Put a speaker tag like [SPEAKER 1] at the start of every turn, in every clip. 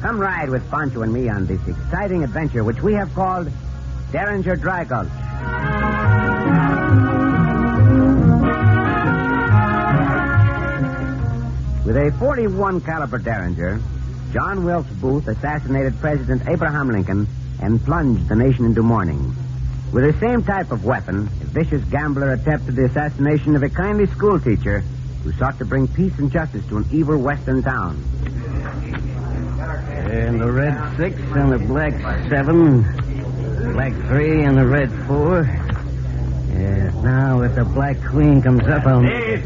[SPEAKER 1] Come ride with Pancho and me on this exciting adventure which we have called Derringer Dry Gulch. With a 41 caliber Derringer, John Wilkes Booth assassinated President Abraham Lincoln and plunged the nation into mourning. With the same type of weapon, a vicious gambler attempted the assassination of a kindly schoolteacher who sought to bring peace and justice to an evil western town.
[SPEAKER 2] And the red six and the black seven. Black three and the red four. Yeah, now if the black queen comes up, I'll.
[SPEAKER 3] Hey,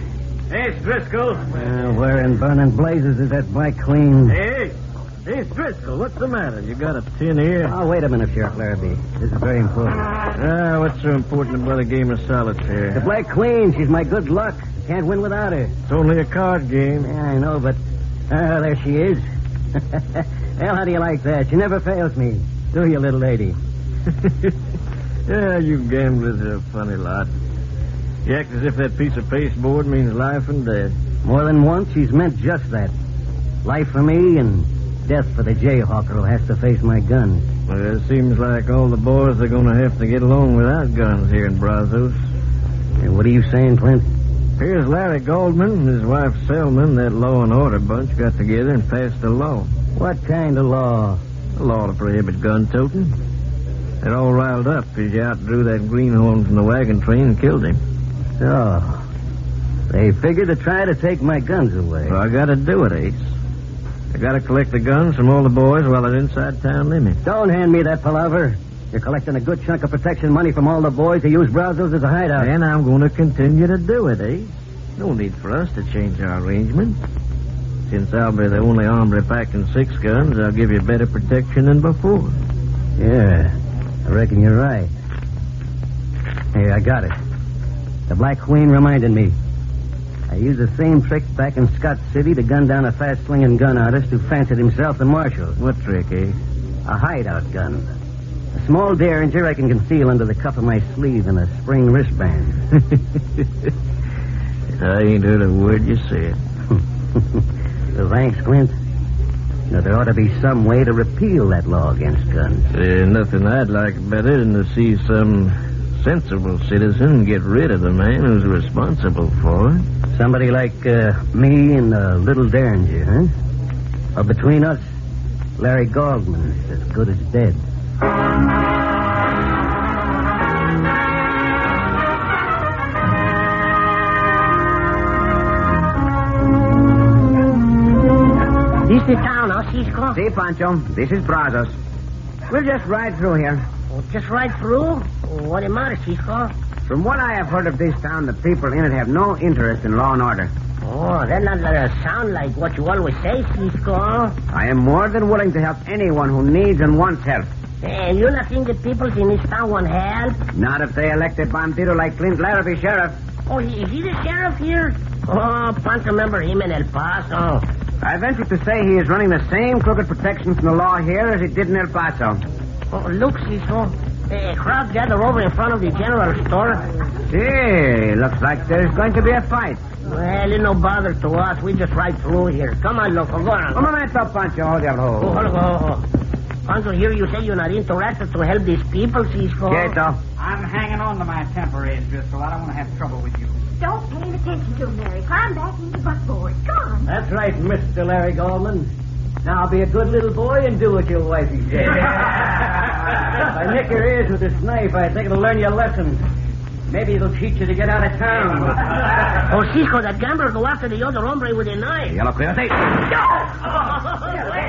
[SPEAKER 3] hey, Driscoll.
[SPEAKER 2] Well, where in burning blazes is that black queen?
[SPEAKER 3] Hey, hey, Driscoll, what's the matter? You got a tin ear?
[SPEAKER 2] Oh, wait a minute, Sheriff Larrabee. This is very important.
[SPEAKER 3] Ah, what's so important about a game of solitaire?
[SPEAKER 2] The black queen, she's my good luck. Can't win without her.
[SPEAKER 3] It's only a card game.
[SPEAKER 2] Yeah, I know, but ah, there she is. well, how do you like that? She never fails me, do you, little lady?
[SPEAKER 3] yeah, you gamblers are a funny lot. You act as if that piece of pasteboard means life and death.
[SPEAKER 2] More than once, she's meant just that. Life for me and death for the jayhawker who has to face my gun.
[SPEAKER 3] Well, it seems like all the boys are going to have to get along without guns here in Brazos.
[SPEAKER 2] Hey, what are you saying, Clint?
[SPEAKER 3] Here's Larry Goldman and his wife Selman, that law and order bunch, got together and passed a law.
[SPEAKER 2] What kind of law?
[SPEAKER 3] A law to prohibit gun toting. They're all riled up because you outdrew that greenhorn from the wagon train and killed him.
[SPEAKER 2] Oh. They figured to try to take my guns away.
[SPEAKER 3] So I gotta do it, Ace. I gotta collect the guns from all the boys while they're inside town limits.
[SPEAKER 2] Don't hand me that palaver. You're collecting a good chunk of protection money from all the boys who use Brazos as a hideout.
[SPEAKER 3] And I'm going to continue to do it, eh? No need for us to change our arrangement. Since I'll be the only armory packing six guns, I'll give you better protection than before.
[SPEAKER 2] Yeah, I reckon you're right. Hey, I got it. The Black Queen reminded me. I used the same trick back in Scott City to gun down a fast slinging gun artist who fancied himself the marshal.
[SPEAKER 3] What trick, eh?
[SPEAKER 2] A hideout gun. A small derringer I can conceal under the cuff of my sleeve and a spring wristband.
[SPEAKER 3] I ain't heard a word you said.
[SPEAKER 2] so thanks, Clint. Now, there ought to be some way to repeal that law against guns.
[SPEAKER 3] There's Eh, nothing I'd like better than to see some sensible citizen get rid of the man who's responsible for it.
[SPEAKER 2] Somebody like uh, me and uh, Little Derringer, huh? Well, between us, Larry Goldman is as good as dead.
[SPEAKER 4] This the town, huh, Cisco?
[SPEAKER 1] See, Pancho, this is Brazos. We'll just ride through here.
[SPEAKER 4] Oh, just right through? Oh, What the matter, Cisco?
[SPEAKER 1] From what I have heard of this town, the people in it have no interest in law and order.
[SPEAKER 4] Oh, that not gonna sound like what you always say, Cisco.
[SPEAKER 1] I am more than willing to help anyone who needs and wants help.
[SPEAKER 4] Hey, you not think the people in this town want help?
[SPEAKER 1] Not if they elect a bandito like Clint Larrabee sheriff.
[SPEAKER 4] Oh, he- is he the sheriff here? Oh, Punch remember him in El Paso.
[SPEAKER 1] I venture to say he is running the same crooked protection from the law here as he did in El Paso.
[SPEAKER 4] Oh, look, Cisco. A crowd gathered over in front of the general store.
[SPEAKER 1] Gee, looks like there's going to be a fight.
[SPEAKER 4] Well, it no bother to us. We just right through here. Come on, loco, go on.
[SPEAKER 1] Un momento, Pancho. Hold your
[SPEAKER 4] Oh, hold
[SPEAKER 1] hold.
[SPEAKER 4] on, oh, oh. Uncle, here you say you're not interested to help these people, Cisco.
[SPEAKER 1] Quieto.
[SPEAKER 5] I'm hanging on to my temper, Ed Driscoll. I don't want to have trouble with you.
[SPEAKER 6] Don't pay any attention to him, Larry. Climb back into the buckboard. Come on.
[SPEAKER 2] That's right, Mr. Larry Goldman. Now be a good little boy and do what your wifey says. if I nick your ears with this knife, I think it'll learn you a lesson. Maybe it'll teach you to get out of town.
[SPEAKER 4] Oh, Cisco, that gambler go after the other hombre with a knife.
[SPEAKER 1] Yellow coyote.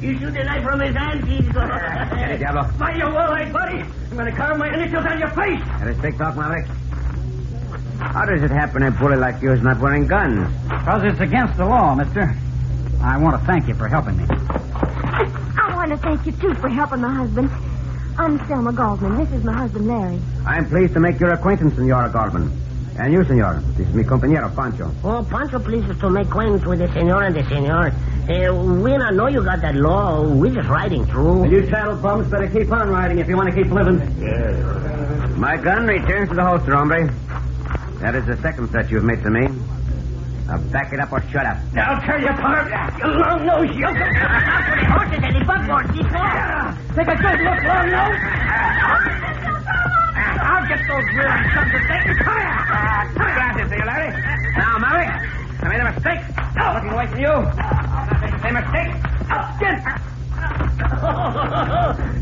[SPEAKER 4] you shoot the knife from his hand, Cisco.
[SPEAKER 1] Hey, Diablo.
[SPEAKER 2] By your well-eyed buddy, I'm going to carve my initials on your face.
[SPEAKER 1] Respect off my leg. How does it happen a bully like you is not wearing guns?
[SPEAKER 5] Because it's against the law, mister. I want to thank you for helping me.
[SPEAKER 6] I want to thank you, too, for helping my husband. I'm Selma Goldman. This is my husband, Larry.
[SPEAKER 1] I am pleased to make your acquaintance, Senora Goldman. And you, Senor. This is mi compañero, Pancho.
[SPEAKER 4] Oh, Pancho pleases to make acquaintance with the senor and the senor. Uh, we not know you got that law. we just riding through.
[SPEAKER 2] And you saddle bums better keep on riding if you want to keep living.
[SPEAKER 1] My gun returns to the holster, hombre. That is the second threat you have made to me.
[SPEAKER 2] Now back it up or shut up.
[SPEAKER 7] I'll tell you, Park. You long nose, you. Out for the horses and the buckboard, see, Take a good look, long nose. I'll get those wheels some to take the tire. Put it out there, Larry. Now, Murray, I made a mistake. Looking away from you. Same mistake. Again.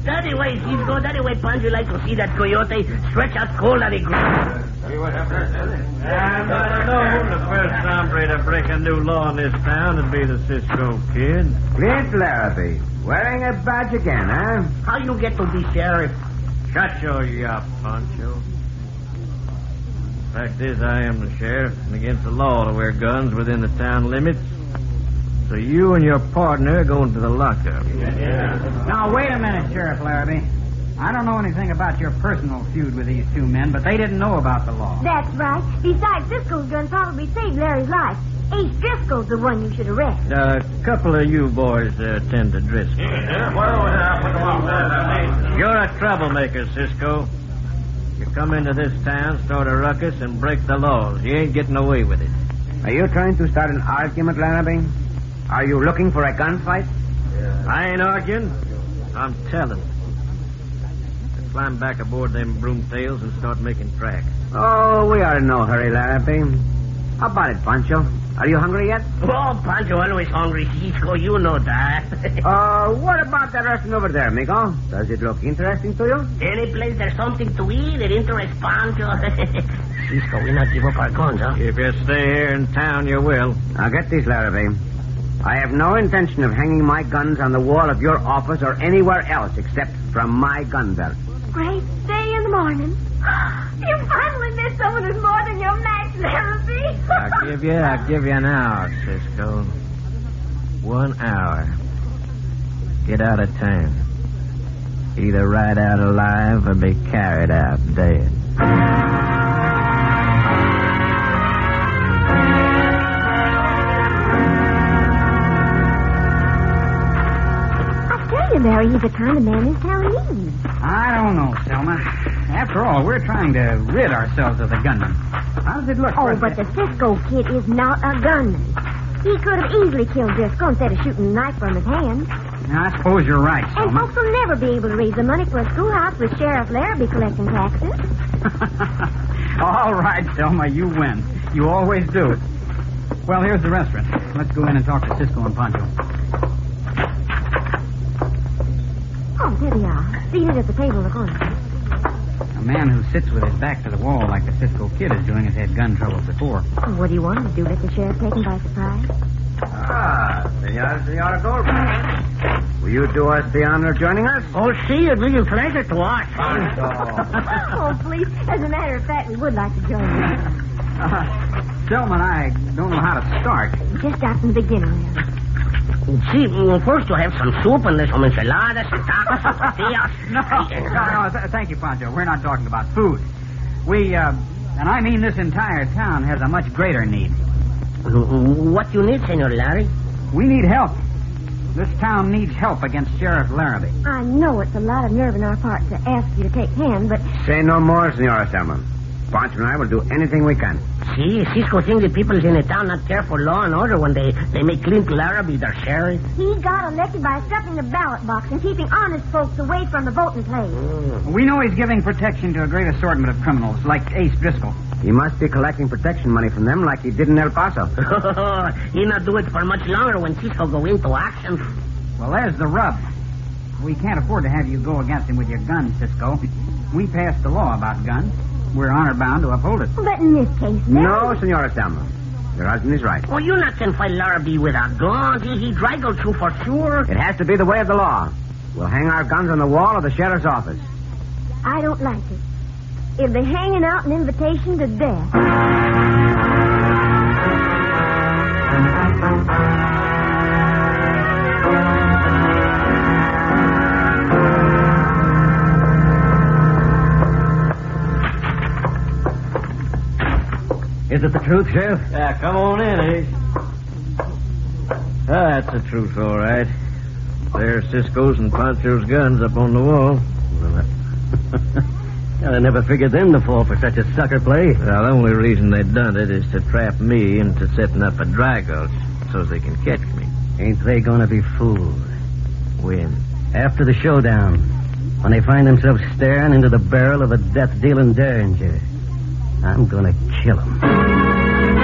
[SPEAKER 7] that way, Cisco. That way, Pancho like to see that coyote stretch out cold on the ground.
[SPEAKER 3] I don't know. The first hombre to break a new law in this town would be the Cisco kid.
[SPEAKER 2] Clint Larrabee, wearing a badge again, huh?
[SPEAKER 7] How you get to be sheriff?
[SPEAKER 3] Shut your yap, Poncho. Fact is, I am the sheriff, and against the law to wear guns within the town limits. So you and your partner are going to the lockup.
[SPEAKER 5] Now, wait a minute, Sheriff Larrabee. I don't know anything about your personal feud with these two men, but they didn't know about the law.
[SPEAKER 6] That's right. Besides, Driscoll's gun probably saved Larry's life. Ace Driscoll's the one you should arrest.
[SPEAKER 3] A couple of you boys uh, tend to Driscoll. You're a troublemaker, Cisco. You come into this town, start a ruckus, and break the laws. You ain't getting away with it.
[SPEAKER 2] Are you trying to start an argument, Larrabee? Are you looking for a gunfight?
[SPEAKER 3] I ain't arguing. I'm telling. you. Climb back aboard them broomtails and start making tracks.
[SPEAKER 2] Oh, we are in no hurry, Larrabee. How about it, Pancho? Are you hungry yet?
[SPEAKER 7] Oh, Pancho always hungry, Cisco. You know that.
[SPEAKER 2] Uh, what about that restaurant over there, Migo? Does it look interesting to you?
[SPEAKER 7] Any place there's something to eat, it interests Pancho. Cisco, we not give up our guns, huh?
[SPEAKER 3] If you stay here in town, you will.
[SPEAKER 2] Now get this, Larrabee. I have no intention of hanging my guns on the wall of your office or anywhere else except from my gun belt.
[SPEAKER 6] Great day in the morning. You finally did someone who's more than your match, Larrabee.
[SPEAKER 3] I'll give you, I'll give you an hour, Cisco. One hour. Get out of town. Either ride out alive or be carried out dead.
[SPEAKER 6] I tell you, Larry, he's the kind of man this town needs.
[SPEAKER 5] I don't know, Selma. After all, we're trying to rid ourselves of the gunman. How does it look?
[SPEAKER 6] Oh,
[SPEAKER 5] first?
[SPEAKER 6] but the Cisco kid is not a gunman. He could have easily killed Driscoll instead of shooting the knife from his hand.
[SPEAKER 5] Now, I suppose you're right,
[SPEAKER 6] And
[SPEAKER 5] Selma.
[SPEAKER 6] folks will never be able to raise the money for a schoolhouse with Sheriff Larrabee collecting taxes.
[SPEAKER 5] all right, Selma, you win. You always do. Well, here's the restaurant. Let's go in and talk to Cisco and Pancho.
[SPEAKER 6] Oh, there they are. Seated at the table in the corner.
[SPEAKER 5] A man who sits with his back to the wall like the Cisco kid is doing has had gun trouble before.
[SPEAKER 6] Oh, what do you want him to do? Let the sheriff take him by surprise?
[SPEAKER 2] Ah, Senora, Senora Goldberg. Will you do us the honor of joining us?
[SPEAKER 7] Oh, see, it'd be a pleasure to watch.
[SPEAKER 6] oh, please. As a matter of fact, we would like to join you.
[SPEAKER 5] Uh, Selma and I don't know how to start.
[SPEAKER 6] Just start from the beginning, Larry.
[SPEAKER 7] See, well, first you have some soup and there's some enchiladas and tacos and tortillas.
[SPEAKER 5] No, no, no th- thank you, Pancho. We're not talking about food. We, uh, and I mean this entire town has a much greater need.
[SPEAKER 7] What you need, Senor Larry?
[SPEAKER 5] We need help. This town needs help against Sheriff Larrabee.
[SPEAKER 6] I know it's a lot of nerve on our part to ask you to take hand, but
[SPEAKER 2] Say no more, Senora Selma. Pancho and I will do anything we can.
[SPEAKER 7] See, Cisco thinks the people in the town not care for law and order when they, they make Clint Larrabee their sheriff.
[SPEAKER 6] he got elected by stuffing the ballot box and keeping honest folks away from the voting place.
[SPEAKER 5] We know he's giving protection to a great assortment of criminals, like Ace Driscoll.
[SPEAKER 2] He must be collecting protection money from them like he did in El Paso.
[SPEAKER 7] he not do it for much longer when Cisco go into action.
[SPEAKER 5] Well, there's the rub. We can't afford to have you go against him with your gun, Cisco. We passed the law about guns. We're honor bound to uphold it.
[SPEAKER 6] But in this case,
[SPEAKER 2] No, Senora Selma. Your husband is right.
[SPEAKER 7] Oh, you not can fight Larrabee with a gun. He, he draggled you for sure.
[SPEAKER 2] It has to be the way of the law. We'll hang our guns on the wall of the sheriff's office.
[SPEAKER 6] I don't like it. It'll be hanging out an invitation to death.
[SPEAKER 8] Is it the truth, Sheriff?
[SPEAKER 3] Yeah, come on in, Ace. Ah, that's the truth, all right. There's Cisco's and Poncho's guns up on the wall.
[SPEAKER 8] I never figured them to fall for such a sucker play.
[SPEAKER 3] Well, the only reason they done it is to trap me into setting up a dry gulch so they can catch me.
[SPEAKER 8] Ain't they gonna be fooled?
[SPEAKER 3] When?
[SPEAKER 8] After the showdown, when they find themselves staring into the barrel of a death dealing derringer, I'm gonna kill 'em.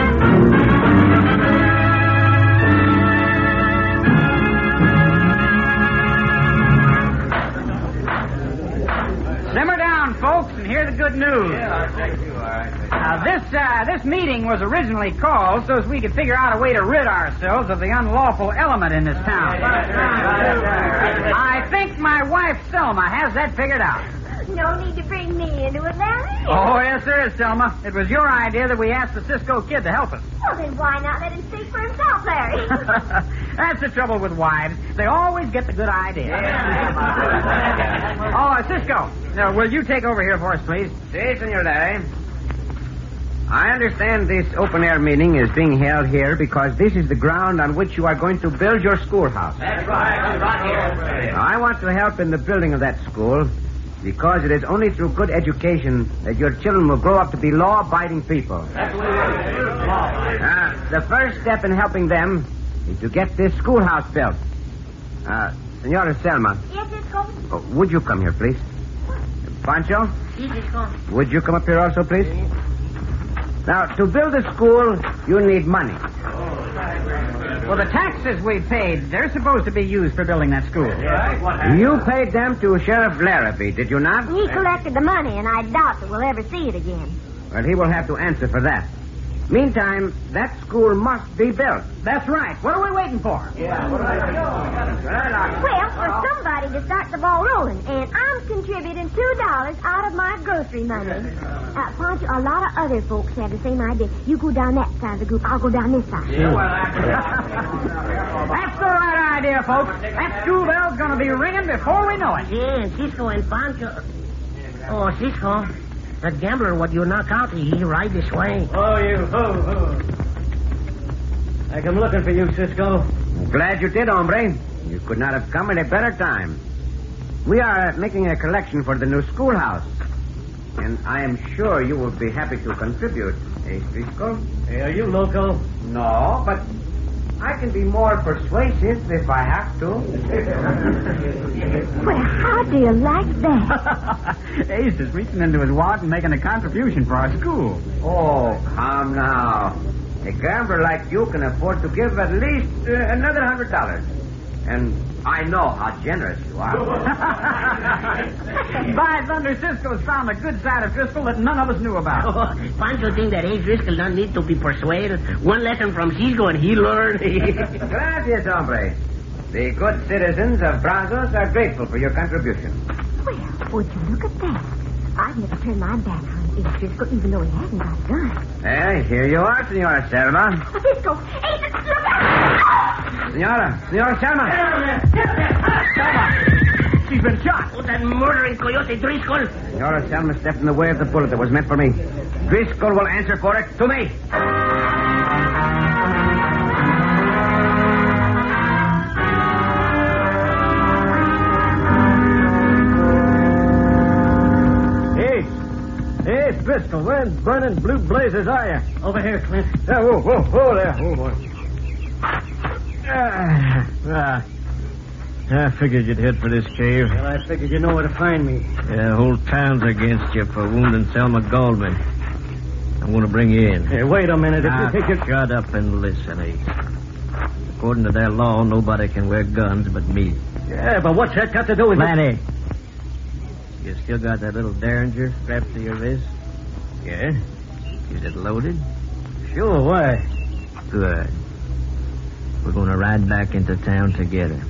[SPEAKER 5] Simmer down, folks, and hear the good news. Now, this, uh, this meeting was originally called so as we could figure out a way to rid ourselves of the unlawful element in this town. I think my wife, Selma, has that figured out.
[SPEAKER 6] No need to bring me into it, Larry.
[SPEAKER 5] Oh, yes, there is, Selma. It was your idea that we asked the Cisco kid to help us.
[SPEAKER 6] Well, then why not let him speak for himself, Larry?
[SPEAKER 5] That's the trouble with wives. They always get the good idea. oh, uh, Cisco, now, will you take over here for us, please?
[SPEAKER 2] Si, Senor Larry. I understand this open air meeting is being held here because this is the ground on which you are going to build your schoolhouse. That's right. I want to help in the building of that school because it is only through good education that your children will grow up to be law abiding people. Ah, the first step in helping them is to get this schoolhouse built. Uh, Senora Selma,
[SPEAKER 6] yes, Cisco.
[SPEAKER 2] oh, would you come here, please? Pancho?
[SPEAKER 6] Yes, Cisco.
[SPEAKER 2] Would you come up here also, please? Now, to build a school, you need money.
[SPEAKER 5] Well, the taxes we paid, they're supposed to be used for building that school.
[SPEAKER 2] You paid them to Sheriff Larrabee, did you not?
[SPEAKER 6] He collected the money, and I doubt that we'll ever see it again.
[SPEAKER 2] Well, he will have to answer for that. Meantime, that school must be built.
[SPEAKER 5] That's right. What are we waiting for?
[SPEAKER 6] Well, for somebody to start the ball rolling, and I'm contributing two dollars out of my grocery money. Uh, Poncho, a lot of other folks have the same idea. You go down that side of the group, I'll go down this side.
[SPEAKER 5] That's the right idea, folks. That school bell's going to be ringing before we know it.
[SPEAKER 4] Yeah, Cisco and Pancho. Oh, Cisco, that gambler what you knock out, he ride this way.
[SPEAKER 8] I come looking for you, Cisco.
[SPEAKER 2] I'm glad you did, hombre. You could not have come at a better time. We are making a collection for the new schoolhouse. And I am sure you will be happy to contribute, eh, Frisco?
[SPEAKER 8] Hey, are you loco?
[SPEAKER 2] No, but I can be more persuasive if I have to.
[SPEAKER 6] Well, how do you like that?
[SPEAKER 5] Ace is reaching into his wallet and making a contribution for our school.
[SPEAKER 2] oh, come now. A gambler like you can afford to give at least uh, another hundred dollars. And I know how generous you are.
[SPEAKER 5] By thunder, Cisco's found the good side of Driscoll that none of us knew about.
[SPEAKER 4] Oh, Pancho think that Ace Driscoll don't need to be persuaded. One lesson from Cisco and he learned.
[SPEAKER 2] Gracias, hombre. The good citizens of Brazos are grateful for your contribution.
[SPEAKER 6] Well, would you look at that? I've never turned my back on Ace Cisco, even though he hasn't got a gun.
[SPEAKER 2] Eh, here you are, Senora Selma.
[SPEAKER 6] Cisco, Ace, look out!
[SPEAKER 2] Senora, Senora Selma.
[SPEAKER 5] She's been shot.
[SPEAKER 4] oh, that murdering coyote Driscoll.
[SPEAKER 2] Senora Selma stepped in the way of the bullet that was meant for me. Driscoll will answer for it to me.
[SPEAKER 8] Hey, hey, Driscoll, where in burning blue blazes are you?
[SPEAKER 4] Over here, Clint.
[SPEAKER 8] Yeah, whoa, whoa, whoa there. Oh, boy. Ah, ah.
[SPEAKER 3] I figured you'd head for this cave.
[SPEAKER 8] Well, I figured you know where to find me.
[SPEAKER 3] Yeah, whole town's against you for wounding Selma Goldman. I want to bring you in.
[SPEAKER 8] Hey, Eh, wait a minute. If
[SPEAKER 2] Ah.
[SPEAKER 3] Now,
[SPEAKER 8] you think you're...
[SPEAKER 3] Ah, shut up and listen, Ace. According to that law, nobody can wear guns but me.
[SPEAKER 8] Yeah, but what's that got to do with Oh, it?
[SPEAKER 3] Laddie, you still got that little derringer strapped to your wrist? Yeah. Is it loaded?
[SPEAKER 8] Sure, why?
[SPEAKER 3] Good. We're going to ride back into town together.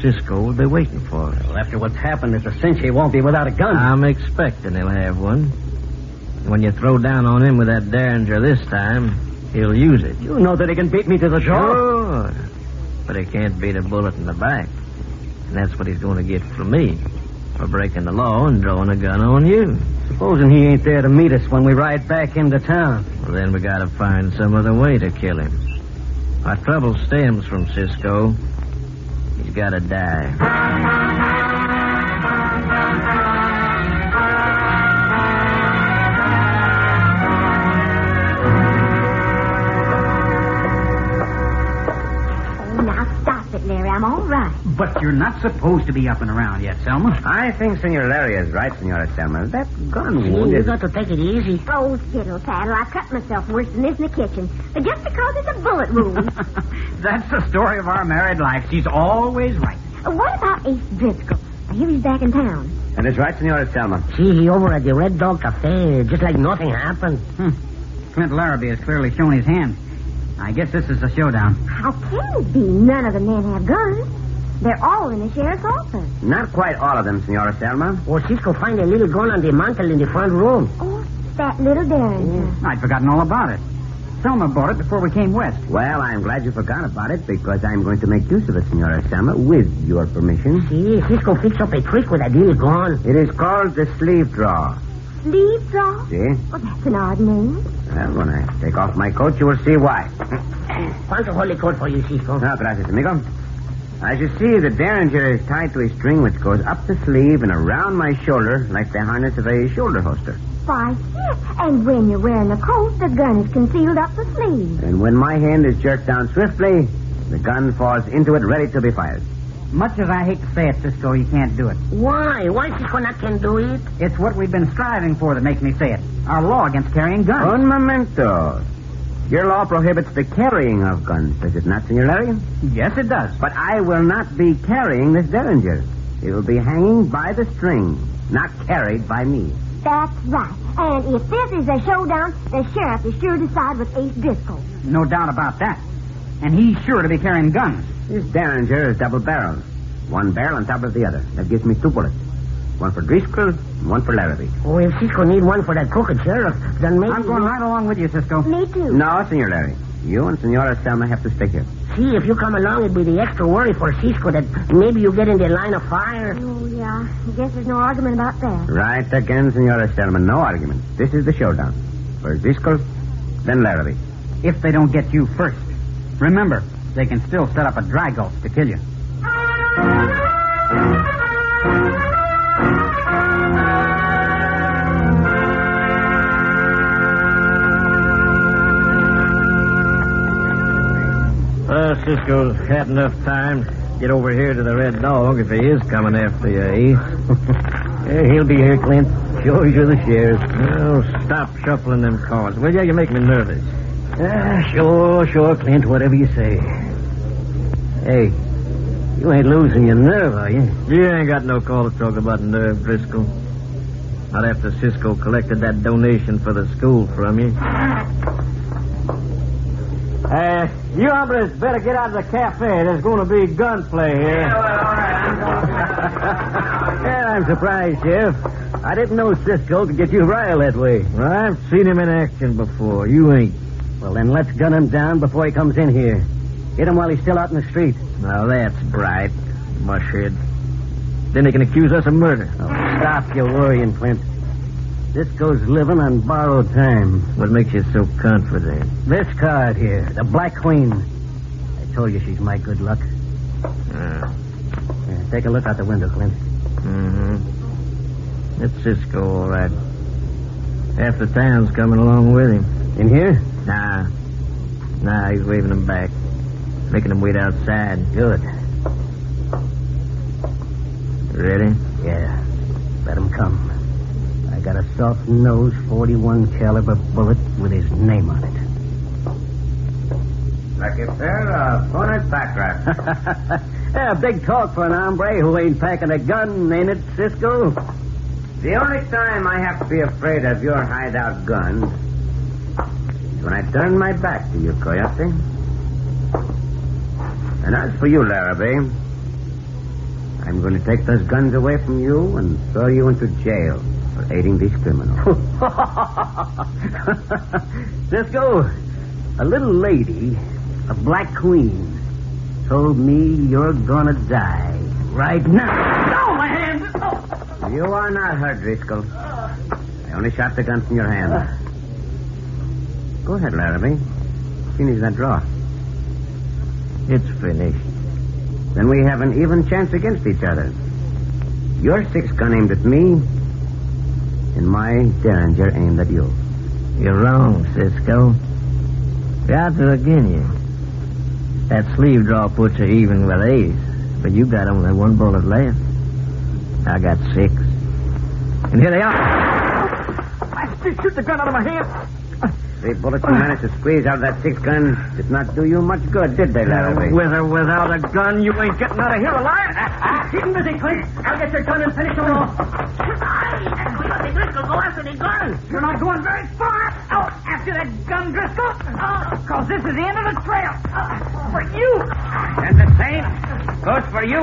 [SPEAKER 3] Cisco will be waiting for us.
[SPEAKER 8] Well, after what's happened, it's a cinch he won't be without a gun.
[SPEAKER 2] Ah.
[SPEAKER 3] I'm expecting he'll have one. When you throw down on him with that derringer this time, he'll use it.
[SPEAKER 8] you know that he can beat me to the jaw.
[SPEAKER 3] Sure. But he can't beat a bullet in the back. And that's what he's going to get from me for breaking the law and drawing a gun on you.
[SPEAKER 8] Supposing he ain't there to meet us when we ride back into town.
[SPEAKER 3] Well, then we got to find some other way to kill him. Our trouble stems from Cisco. He's got to die.
[SPEAKER 6] Well, Oh, outfit, Larry. I'm all right.
[SPEAKER 5] But you're not supposed to be up and around yet, Selma.
[SPEAKER 2] I think Senor Larry is right, Senora Selma. That gun wound
[SPEAKER 4] You
[SPEAKER 2] is...
[SPEAKER 4] got to take it easy.
[SPEAKER 6] Oh, fiddle faddle. I cut myself worse than this in the kitchen. But just because it's a bullet wound.
[SPEAKER 5] That's the story of our married life. She's always right.
[SPEAKER 6] Uh, what about Ace Driscoll? I hear he's back in town.
[SPEAKER 2] That is right, Senora Selma.
[SPEAKER 4] See, he over at the Red Dog Cafe, just like nothing happened.
[SPEAKER 5] Hmm. Clint Larrabee has clearly shown his hand. I guess this is a showdown.
[SPEAKER 6] How can it be none of the men have guns? They're all in the sheriff's office.
[SPEAKER 2] Not quite all of them, Senora Selma.
[SPEAKER 4] Oh, Cisco find a little gun on the mantel in the front room.
[SPEAKER 6] Oh, that little Derringer.
[SPEAKER 5] I'd forgotten all about it. Selma bought it before we came west.
[SPEAKER 2] Well, I'm glad you forgot about it because I'm going to make use of it, Senora Selma, with your permission.
[SPEAKER 4] See, Cisco fix up a trick with that little gun.
[SPEAKER 2] It is called the sleeve draw.
[SPEAKER 6] Sleeves off?
[SPEAKER 2] See?
[SPEAKER 6] Well, that's an odd name.
[SPEAKER 2] Well, when I take off my coat, you will see why.
[SPEAKER 4] Pancho hold the coat for you, Cisco.
[SPEAKER 2] Now, gracias, amigo. As you see, the derringer is tied to a string which goes up the sleeve and around my shoulder like the harness of a shoulder holster.
[SPEAKER 6] Why, yes. And when you're wearing a coat, the gun is concealed up the sleeve.
[SPEAKER 2] And when my hand is jerked down swiftly, the gun falls into it ready to be fired.
[SPEAKER 5] Much as I hate to say it, Cisco, you can't do it.
[SPEAKER 4] Why? Why Cisco not can do it?
[SPEAKER 5] It's what we've been striving for that makes me say it. Our law against carrying guns.
[SPEAKER 2] Un momento. Your law prohibits the carrying of guns, does it not, Senor Larry?
[SPEAKER 5] Yes, it does.
[SPEAKER 2] But I will not be carrying this derringer. It will be hanging by the string, not carried by me.
[SPEAKER 6] That's right. And if this is a showdown, the sheriff is sure to side with Ace Driscoll.
[SPEAKER 5] No doubt about that. And he's sure to be carrying guns.
[SPEAKER 2] This derringer is double barreled. One barrel on top of the other. That gives me two bullets. One for Driscoll, and one for Larrabee.
[SPEAKER 4] Oh, if Cisco need one for that crooked sheriff, then maybe...
[SPEAKER 5] I'm going right along with you, Cisco.
[SPEAKER 6] Me too.
[SPEAKER 2] No, Senor Larry. You and Senora Selma have to stick here.
[SPEAKER 4] See, if you come along, it'd be the extra worry for Cisco that maybe you get in the line of fire.
[SPEAKER 6] Oh, yeah. I guess there's no argument about that.
[SPEAKER 2] Right again, Senora Selma. No argument. This is the showdown. First Driscoll, then Larrabee.
[SPEAKER 5] If they don't get you first. Remember, they can still set up a dry gulch to kill you.
[SPEAKER 3] Well, Cisco's had enough time to get over here to the Red Dog if he is coming after you, eh? Ace. he'll be here, Clint. Sure, you're the sheriff. Oh, stop shuffling them cards, will you? You make me nervous.
[SPEAKER 8] Ah, sure, sure, Clint, whatever you say. Hey, you ain't losing your nerve, are you?
[SPEAKER 3] You ain't got no call to talk about nerve, Driscoll. Not after Cisco collected that donation for the school from you. Uh, you hombres better get out of the cafe. There's going to be gunplay here.
[SPEAKER 8] Yeah, I'm surprised, Sheriff. I didn't know Cisco could get you riled that way.
[SPEAKER 3] Well, I've seen him in action before. You ain't.
[SPEAKER 8] Well, then let's gun him down before he comes in here. Hit him while he's still out in the street.
[SPEAKER 3] Now that's bright, mushhead. Then they can accuse us of murder.
[SPEAKER 8] Oh, stop your worrying, Clint. Cisco's living on borrowed time.
[SPEAKER 3] What makes you so confident?
[SPEAKER 8] This card here, the Black Queen. I told you she's my good luck.
[SPEAKER 3] Uh,
[SPEAKER 8] Yeah, take a look out the window, Clint.
[SPEAKER 3] mm-hmm. It's Cisco, all right. Half the town's coming along with him.
[SPEAKER 8] In here?
[SPEAKER 3] Nah. Nah, he's waving them back. Making them wait outside.
[SPEAKER 8] Good.
[SPEAKER 3] Ready?
[SPEAKER 8] Yeah. Let him come. I got a soft nose, 41 caliber bullet with his name on it.
[SPEAKER 2] Like if they're a opponent background.
[SPEAKER 8] yeah, big talk for an hombre who ain't packing a gun, ain't it, Cisco?
[SPEAKER 2] The only time I have to be afraid of your hideout gun is when I turn my back to you, Coyote. And as for you, Larrabee, I'm going to take those guns away from you and throw you into jail for aiding these criminals.
[SPEAKER 8] Cisco, a little lady, a black queen, told me you're gonna die right now.
[SPEAKER 2] you are not hurt, Driscoll. I only shot the gun from your hand. Go ahead, Larrabee. Finish that draw.
[SPEAKER 3] It's finished.
[SPEAKER 2] Then we have an even chance against each other. Your six gun aimed at me, and my derringer aimed at you.
[SPEAKER 3] You're wrong, Cisco. You're out to again you. That sleeve draw puts you even with Ace, but you got only one bullet left. I got six. And here they are.
[SPEAKER 7] I did shoot the gun out of my hand.
[SPEAKER 2] Three bullets you managed to squeeze out of that six gun did not do you much good, did they, Larrabee?
[SPEAKER 3] With or without a gun, you ain't getting out of here alive.
[SPEAKER 7] Keep him busy, Clint. I'll get your gun and finish him off.
[SPEAKER 4] Aye, we got the Driscoll go after the gun.
[SPEAKER 5] You're not going very far out after that gun, Driscoll. Because this is the end of the trail. Uh, for you.
[SPEAKER 7] And the same goes for you.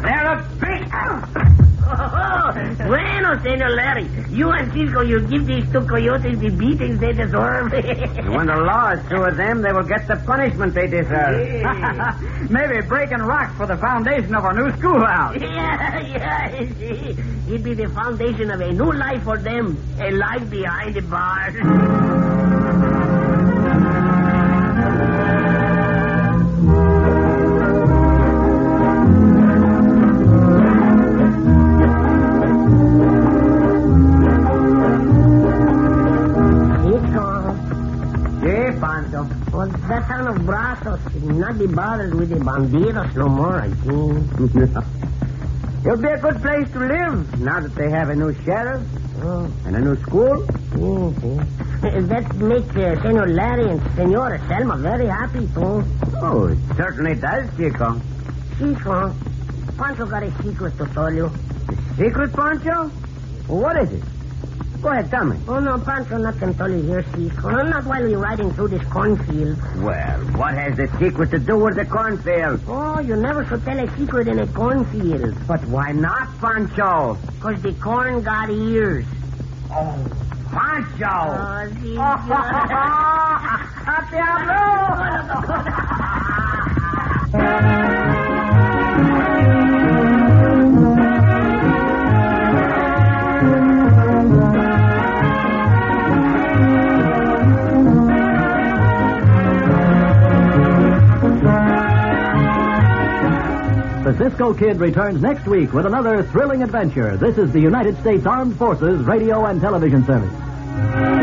[SPEAKER 7] They're a big.
[SPEAKER 4] Oh, bueno, Senor Larry. You and Cisco, you give these two coyotes the beatings they deserve.
[SPEAKER 2] And when the law is through with them, they will get the punishment they deserve.
[SPEAKER 5] Maybe breaking rock for the foundation of our new schoolhouse.
[SPEAKER 4] yeah, yeah, you see. It'd be the foundation of a new life for them, a life behind the bars. Cisco,
[SPEAKER 2] Yeah, Pancho.
[SPEAKER 4] well, that kind of brazos should not be bothered with the bandidos no more, I think.
[SPEAKER 2] It'll be a good place to live now that they have a new sheriff
[SPEAKER 4] Oh.
[SPEAKER 2] and a new school.
[SPEAKER 4] Yes, yes. That makes uh, Senor Larry and Senora Selma very happy, too.
[SPEAKER 2] Oh, it certainly does, Chico.
[SPEAKER 4] Chico, Pancho got a secret to tell you.
[SPEAKER 2] Secret, Pancho? What is it? Go ahead, tell me.
[SPEAKER 4] Oh, no, Pancho not can tell you here, Chico. Not while you're riding through this cornfield.
[SPEAKER 2] Well, what has the secret to do with the cornfield?
[SPEAKER 4] Oh, you never should tell a secret in a cornfield.
[SPEAKER 2] But why not, Pancho?
[SPEAKER 4] Because the corn got ears.
[SPEAKER 2] Oh, Pancho!
[SPEAKER 4] Oh, Chico.
[SPEAKER 8] The Cisco Kid returns next week with another thrilling adventure. This is the United States Armed Forces Radio and Television Service.